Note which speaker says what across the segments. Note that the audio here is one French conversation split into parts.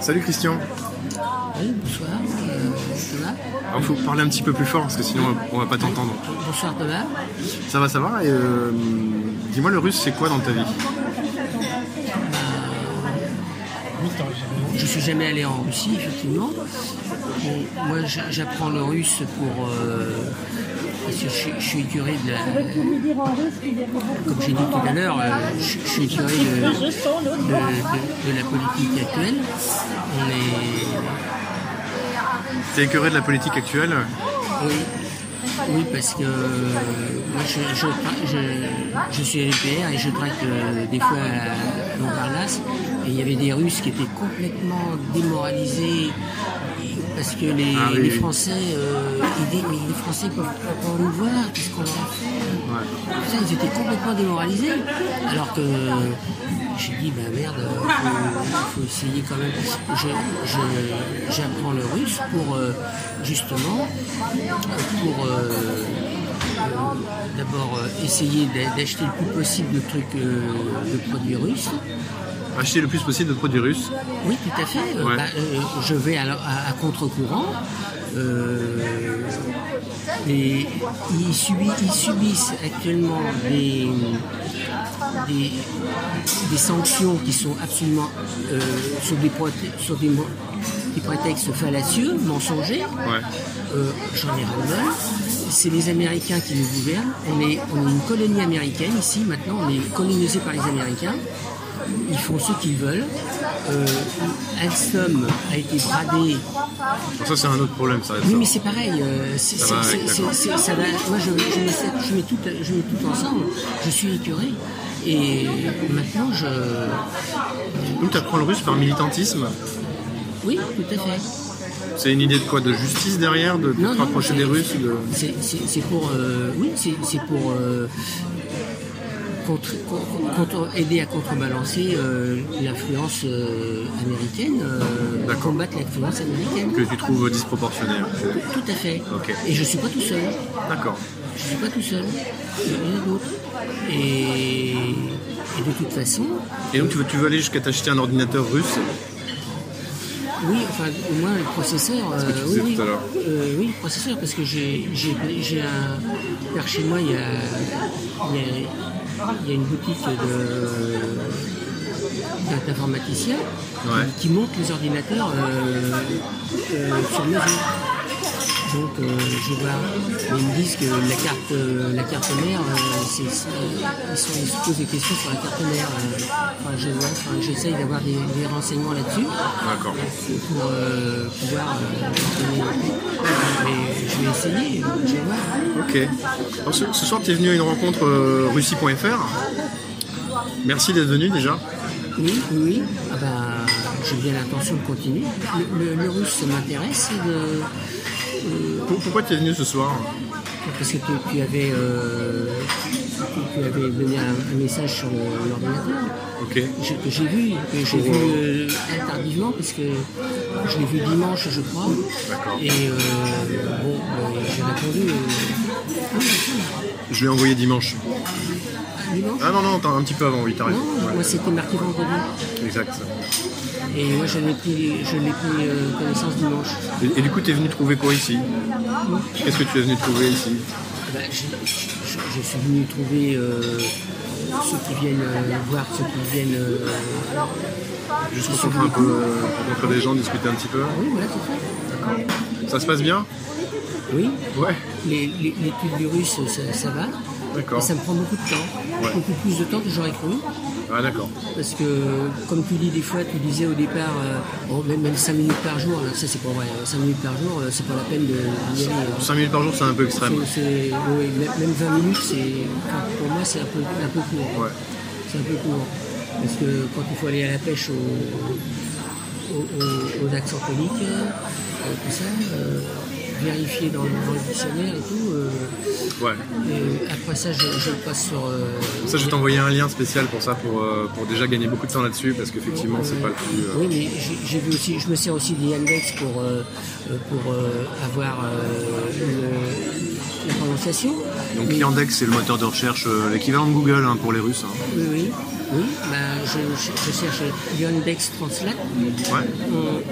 Speaker 1: Salut Christian.
Speaker 2: Oui, bonsoir euh, Thomas.
Speaker 1: Il faut parler un petit peu plus fort parce que sinon on va pas t'entendre.
Speaker 2: Bonsoir Thomas.
Speaker 1: Ça va, ça va Et euh, dis-moi, le russe, c'est quoi dans ta vie
Speaker 2: Je suis jamais allé en Russie, effectivement. Bon, moi, j'a- j'apprends le russe pour. euh, parce que je, suis- je suis curé de la. Comme j'ai dit tout à l'heure, euh, je, je suis curé de, de- de- de la politique actuelle. On est.
Speaker 1: T'es écœuré de la politique actuelle
Speaker 2: Oui, oui parce que euh, moi, je, je, tra- je- je suis LPR et je traque euh, des fois à Montparnasse. Et il y avait des Russes qui étaient complètement démoralisés parce que les,
Speaker 1: Ah oui,
Speaker 2: les
Speaker 1: oui.
Speaker 2: Français, euh, ils disaient, mais les Français peuvent pas nous voir, qu'est-ce qu'on leur a fait
Speaker 1: Ouais.
Speaker 2: Putain, ils étaient complètement démoralisés. Alors que j'ai dit, bah merde, euh, il faut, essayer quand même. Je- je- J'apprends le russe pour euh, justement, pour euh, euh, d'abord euh, essayer d'a- d'acheter le plus possible de trucs, euh, de produits russes.
Speaker 1: Acheter le plus possible de produits russes.
Speaker 2: Oui, tout à fait. Euh,
Speaker 1: Ouais.
Speaker 2: bah, euh, je vais à, la- à- à contre-courant. Euh, et ils, subi- ils subissent actuellement des, des, des sanctions qui sont absolument euh, sur, des prote- sur des, mo- des prétextes fallacieux, mensongers.
Speaker 1: Ouais.
Speaker 2: Euh, J'en ai ras-le-bol. C'est les Américains qui nous gouvernent. On est, on est une colonie américaine ici. Maintenant, on est colonisé par les Américains. Ils font ce qu'ils veulent. Euh, Alstom a été bradé.
Speaker 1: Alors ça, c'est un autre problème, ça.
Speaker 2: Oui,
Speaker 1: ça.
Speaker 2: mais c'est pareil. euh, c'est-
Speaker 1: Ça va
Speaker 2: c'est-
Speaker 1: avec,
Speaker 2: c'est-
Speaker 1: d'accord.
Speaker 2: c'est- ça va- Moi, je, je mets, ça- je mets tout, je mets tout ensemble. Je suis écœuré. Et maintenant, je.
Speaker 1: Donc, t'apprends le russe par militantisme.
Speaker 2: Oui, tout à fait.
Speaker 1: C'est une idée de quoi De justice derrière De de
Speaker 2: Non,
Speaker 1: te
Speaker 2: non,
Speaker 1: rapprocher
Speaker 2: c'est-
Speaker 1: des Russes ou de-
Speaker 2: C'est c'est- c'est pour. euh, oui, c'est c'est pour. euh, contre- con- contre- aider à contrebalancer euh, l'influence euh, américaine, euh,
Speaker 1: D'accord.
Speaker 2: combattre l'influence américaine.
Speaker 1: Que tu trouves disproportionnée.
Speaker 2: Tout à fait.
Speaker 1: Ok.
Speaker 2: Et je suis pas tout seul.
Speaker 1: D'accord.
Speaker 2: Je suis pas tout seul. Il y en a d'autres. Et, et de toute façon,
Speaker 1: Et donc, tu veux, tu veux aller jusqu'à t'acheter un ordinateur russe
Speaker 2: oui, enfin, au moins le processeur. euh,
Speaker 1: tu
Speaker 2: oui,
Speaker 1: disais
Speaker 2: oui,
Speaker 1: tout à l'heure.
Speaker 2: Euh, oui, le processeur, parce que j'ai j'ai- j'ai un. Par chez moi, il y a, il y a- il y a une boutique de d'un informaticien
Speaker 1: Ouais.
Speaker 2: qui, qui monte les ordinateurs euh, euh, sur mesure. Donc euh, je vois, ils me disent que la carte, euh, la carte mère, euh, c'est- c'est- ils, sont- ils se posent des questions sur la carte mère. euh. Enfin, je vois, enfin, j'essaye d'avoir des, des renseignements là-dessus
Speaker 1: D'accord.
Speaker 2: pour euh, pouvoir euh, donner. Mais je vais essayer, je vais voir.
Speaker 1: Ok. Alors, ce, ce soir, tu es venu à une rencontre euh, russie.fr. Merci d'être venu déjà.
Speaker 2: Oui, oui, oui. Ah ben, j'ai bien l'intention de continuer. Le, le- le russe, ça m'intéresse euh, de...
Speaker 1: Pour- Pourquoi tu es venu ce soir
Speaker 2: parce que tu, tu avais, euh, tu, tu avais donné un, un message sur le- l'ordinateur.
Speaker 1: Ok.
Speaker 2: Je- que j'ai vu, que j'ai vu euh, très tardivement parce que je l'ai vu dimanche je crois.
Speaker 1: D'accord.
Speaker 2: Et euh, bon, euh, j'ai répondu euh,
Speaker 1: Je l'ai envoyé dimanche.
Speaker 2: dimanche.
Speaker 1: Ah non, non, attends, un petit peu avant, oui, t'arrives.
Speaker 2: Non, moi c'était marqué vendredi.
Speaker 1: Exact.
Speaker 2: Et moi je l'ai pris, je l'ai pris euh, connaissance dimanche.
Speaker 1: Et, et du coup, tu es venu trouver quoi ici Qu'est-ce que tu es venu trouver ici
Speaker 2: Bah, je, je- je suis venu trouver euh, ceux qui viennent euh, voir, ceux qui viennent. euh,
Speaker 1: Juste rencontrer un peu, euh, rencontrer des gens, discuter un petit peu.
Speaker 2: Oui, voilà, c'est
Speaker 1: Ça se passe bien
Speaker 2: ça. Oui,
Speaker 1: Ouais.
Speaker 2: les- les- l'étude du russe, ça, ça va.
Speaker 1: D'accord.
Speaker 2: Mais Ça me prend beaucoup de temps,
Speaker 1: Ouais.
Speaker 2: beaucoup plus de temps que j'aurais cru.
Speaker 1: Ah d'accord.
Speaker 2: Parce que, comme tu dis des fois, tu disais au départ, euh, oh, même, 5 minutes par jour, là, ça c'est pas vrai, 5 minutes par jour, euh, c'est pas la peine de d'y aller.
Speaker 1: 5 minutes par jour, c'est un peu extrême.
Speaker 2: C'est- c'est- oui, même- même 20 minutes, c'est, enfin, pour moi, c'est un peu, un peu court.
Speaker 1: Ouais.
Speaker 2: C'est un peu court. Parce que quand il faut aller à la pêche au, au, au- aux accents toniques, euh, tout ça, euh, vérifier dans, le- dans le dictionnaire et tout. euh,
Speaker 1: Ouais.
Speaker 2: et après ça, je, je passe sur. euh,
Speaker 1: Ça, je vais t'envoyer un lien spécial pour ça, pour, euh, pour déjà gagner beaucoup de temps là-dessus, parce qu'effectivement, c'est pas le plus. euh,
Speaker 2: Oui, mais j'ai- j'ai vu aussi, je me sers aussi des Yandex pour, euh, euh, pour euh, avoir euh, le- la prononciation.
Speaker 1: Donc
Speaker 2: Mais-
Speaker 1: Yandex, c'est le moteur de recherche, euh, l'équivalent de Google hein, pour les Russes. hein.
Speaker 2: Oui, oui. Oui, bah, je, je- je cherche Yandex Translate.
Speaker 1: Ouais.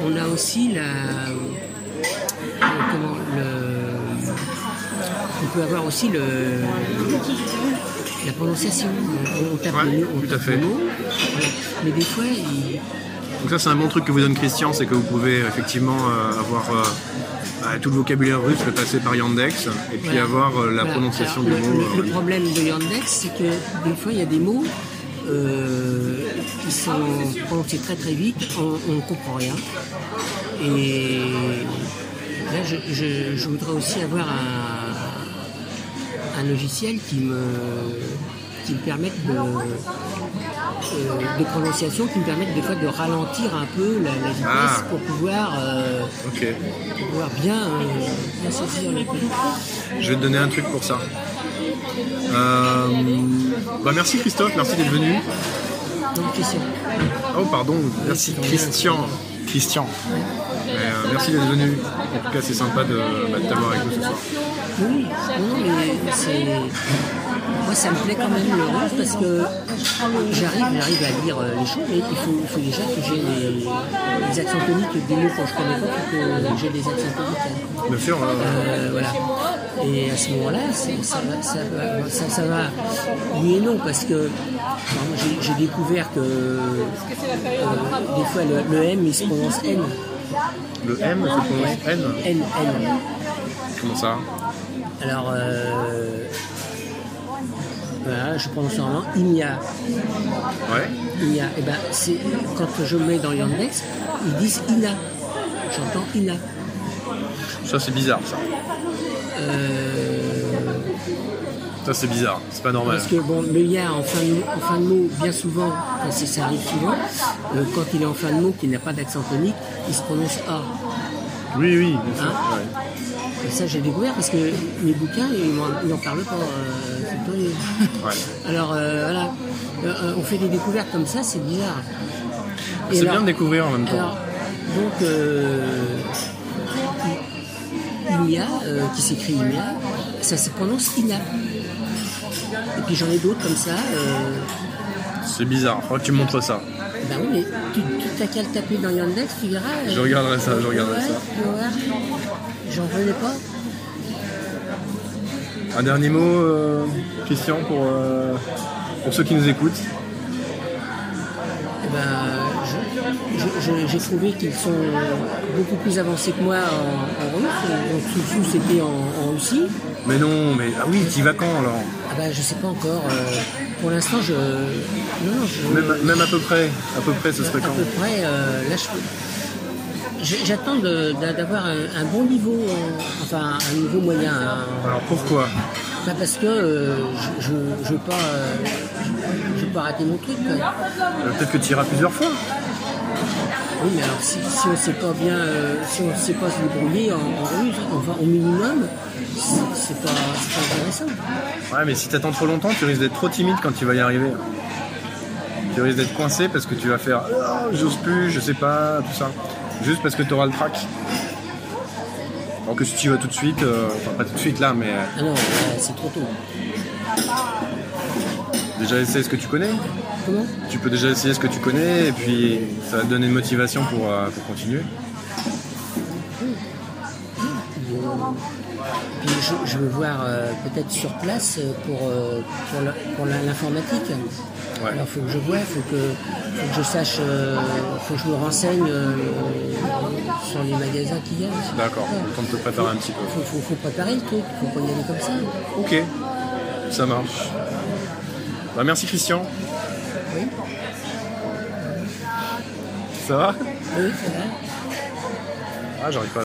Speaker 2: On, on a aussi la. euh, comment le. On peut avoir aussi le. La prononciation. On, on tape
Speaker 1: Ouais,
Speaker 2: le mot. on
Speaker 1: tout à
Speaker 2: tape
Speaker 1: fait.
Speaker 2: le mot. Voilà. Mais des fois, il-
Speaker 1: Donc ça c'est un bon truc que vous donne Christian, c'est que vous pouvez effectivement euh, avoir euh, bah, tout le vocabulaire russe, le passer par Yandex, et puis
Speaker 2: Voilà.
Speaker 1: avoir euh, la
Speaker 2: Voilà.
Speaker 1: prononciation
Speaker 2: Alors,
Speaker 1: du
Speaker 2: le-
Speaker 1: mot.
Speaker 2: Le, le
Speaker 1: euh,
Speaker 2: problème de Yandex, c'est que des fois, il y a des mots euh, qui sont prononcés très très vite, on ne comprend rien. Et là, je, je- je voudrais aussi avoir un, un logiciel qui me, qui me permette de, euh, de prononciation, qui me permette des fois de ralentir un peu la, la vitesse
Speaker 1: Ah.
Speaker 2: pour pouvoir, euh,
Speaker 1: Ok,
Speaker 2: pour pouvoir bien, euh, bien saisir les
Speaker 1: je vais te donner un truc pour ça. Euh, bah, merci Christophe, merci d'être venu.
Speaker 2: Donc, question.
Speaker 1: Oh pardon, merci Christian. Christian. Mais, euh, merci d'être venu. En tout cas c'est sympa de, bah, de t'avoir avec nous ce soir.
Speaker 2: Oui, non, non, mais c'est. Moi, ça me plaît quand même le rose parce que j'arrive, j'arrive à lire euh, les choses et il faut, il faut déjà que j'ai les, les accents toniques des mots quand je connais pas, faut que j'ai des accents toniques. hein.
Speaker 1: Bien sûr, euh,
Speaker 2: Euh, voilà. Et à ce moment-là, c'est- ça va, ça, va, ça, ça va. Oui et non, parce que enfin, moi, j'ai- j'ai découvert que euh, des fois le, le M il se prononce N.
Speaker 1: le M, c'est prononce N.
Speaker 2: N, N.
Speaker 1: Comment ça
Speaker 2: Alors, euh, voilà, je prononce en langue. Il n'y a,
Speaker 1: Ouais.
Speaker 2: il n'y a, eh ben, c'est, quand je mets dans Yandex, ils disent Ina. J'entends Ina.
Speaker 1: Ça c'est bizarre ça.
Speaker 2: Euh,
Speaker 1: Ça c'est bizarre, c'est pas normal.
Speaker 2: parce que bon, le ya en fin de, en fin de mot, bien souvent, quand c'est- ça arrive souvent, euh, quand il est en fin de mot, qu'il n'a pas d'accent tonique, il se prononce A.
Speaker 1: Oui, oui.
Speaker 2: Hein
Speaker 1: Ouais.
Speaker 2: Et ça, j'ai découvert parce que mes bouquins, ils m'en- ils n'en parlent pas. euh, c'est curieux.
Speaker 1: Ouais.
Speaker 2: Alors, euh, voilà, Euh, euh, on fait des découvertes comme ça, c'est bizarre. Et
Speaker 1: C'est
Speaker 2: alors-
Speaker 1: bien de découvrir en même temps.
Speaker 2: Alors, donc, euh, I- Inia, euh, qui s'écrit Inia, ça se prononce Ina. Et puis j'en ai d'autres comme ça. euh,
Speaker 1: C'est bizarre. Faudra que tu montres ça.
Speaker 2: ben oui, mais tu, tu t'as qu'à le taper dans Yandex, tu verras. euh,
Speaker 1: Je regarderai ça, je regarderai
Speaker 2: ouais,
Speaker 1: ça.
Speaker 2: tu vas voir. J'en revenais pas.
Speaker 1: Un dernier mot, euh, Christian, pour, euh, pour ceux qui nous écoutent.
Speaker 2: Eh ben, je- je- je- j'ai trouvé qu'ils sont beaucoup plus avancés que moi en, en russe. Donc Soussou, c'était en, en Russie.
Speaker 1: Mais non, mais ah oui, t'y vas quand alors
Speaker 2: Ah ben, je sais pas encore. euh, pour l'instant, je. Non, non, je.
Speaker 1: même, même à peu près, à peu près, ce serait
Speaker 2: à
Speaker 1: quand
Speaker 2: peu près, euh, là, je- je- J'attends de- de- d'avoir un, un bon niveau, euh, enfin un niveau moyen. hein.
Speaker 1: Alors pourquoi
Speaker 2: Bah, parce que euh, je ne je, je veux, pas, euh, je- je veux pas rater mon truc. quoi.
Speaker 1: Euh, Peut-être que tu iras plusieurs fois.
Speaker 2: Oui, mais alors si, si on ne sait pas bien, euh, si on sait pas se débrouiller en, en russe, enfin au minimum, c'est c'est pas, c'est pas intéressant.
Speaker 1: Ouais, mais si t'attends trop longtemps, tu risques d'être trop timide quand tu vas y arriver. Tu risques d'être coincé parce que tu vas faire Ah, j'ose plus, je sais pas, tout ça. Juste parce que t'auras le trac. Alors que si tu y vas tout de suite, euh, enfin pas tout de suite là, mais euh,
Speaker 2: Ah non, euh, c'est trop tôt.
Speaker 1: déjà essayer ce que tu connais.
Speaker 2: Comment
Speaker 1: Tu peux déjà essayer ce que tu connais et puis ça va te donner une motivation pour, euh, pour continuer.
Speaker 2: Puis, euh, puis je, je veux voir euh, peut-être sur place euh, pour, euh, pour la- pour la- l'informatique.
Speaker 1: Ouais.
Speaker 2: Alors faut que je vois, faut que, faut que je sache, euh, faut que je me renseigne euh, sur les magasins qu'il y a.
Speaker 1: D'accord, le temps de te préparer un petit peu.
Speaker 2: Faut, faut, faut préparer le truc, faut pas y aller comme ça.
Speaker 1: Ok, ça marche. Bah, merci Christian.
Speaker 2: Oui.
Speaker 1: Ça va
Speaker 2: Oui, ça va.
Speaker 1: Ah, j'arrive pas à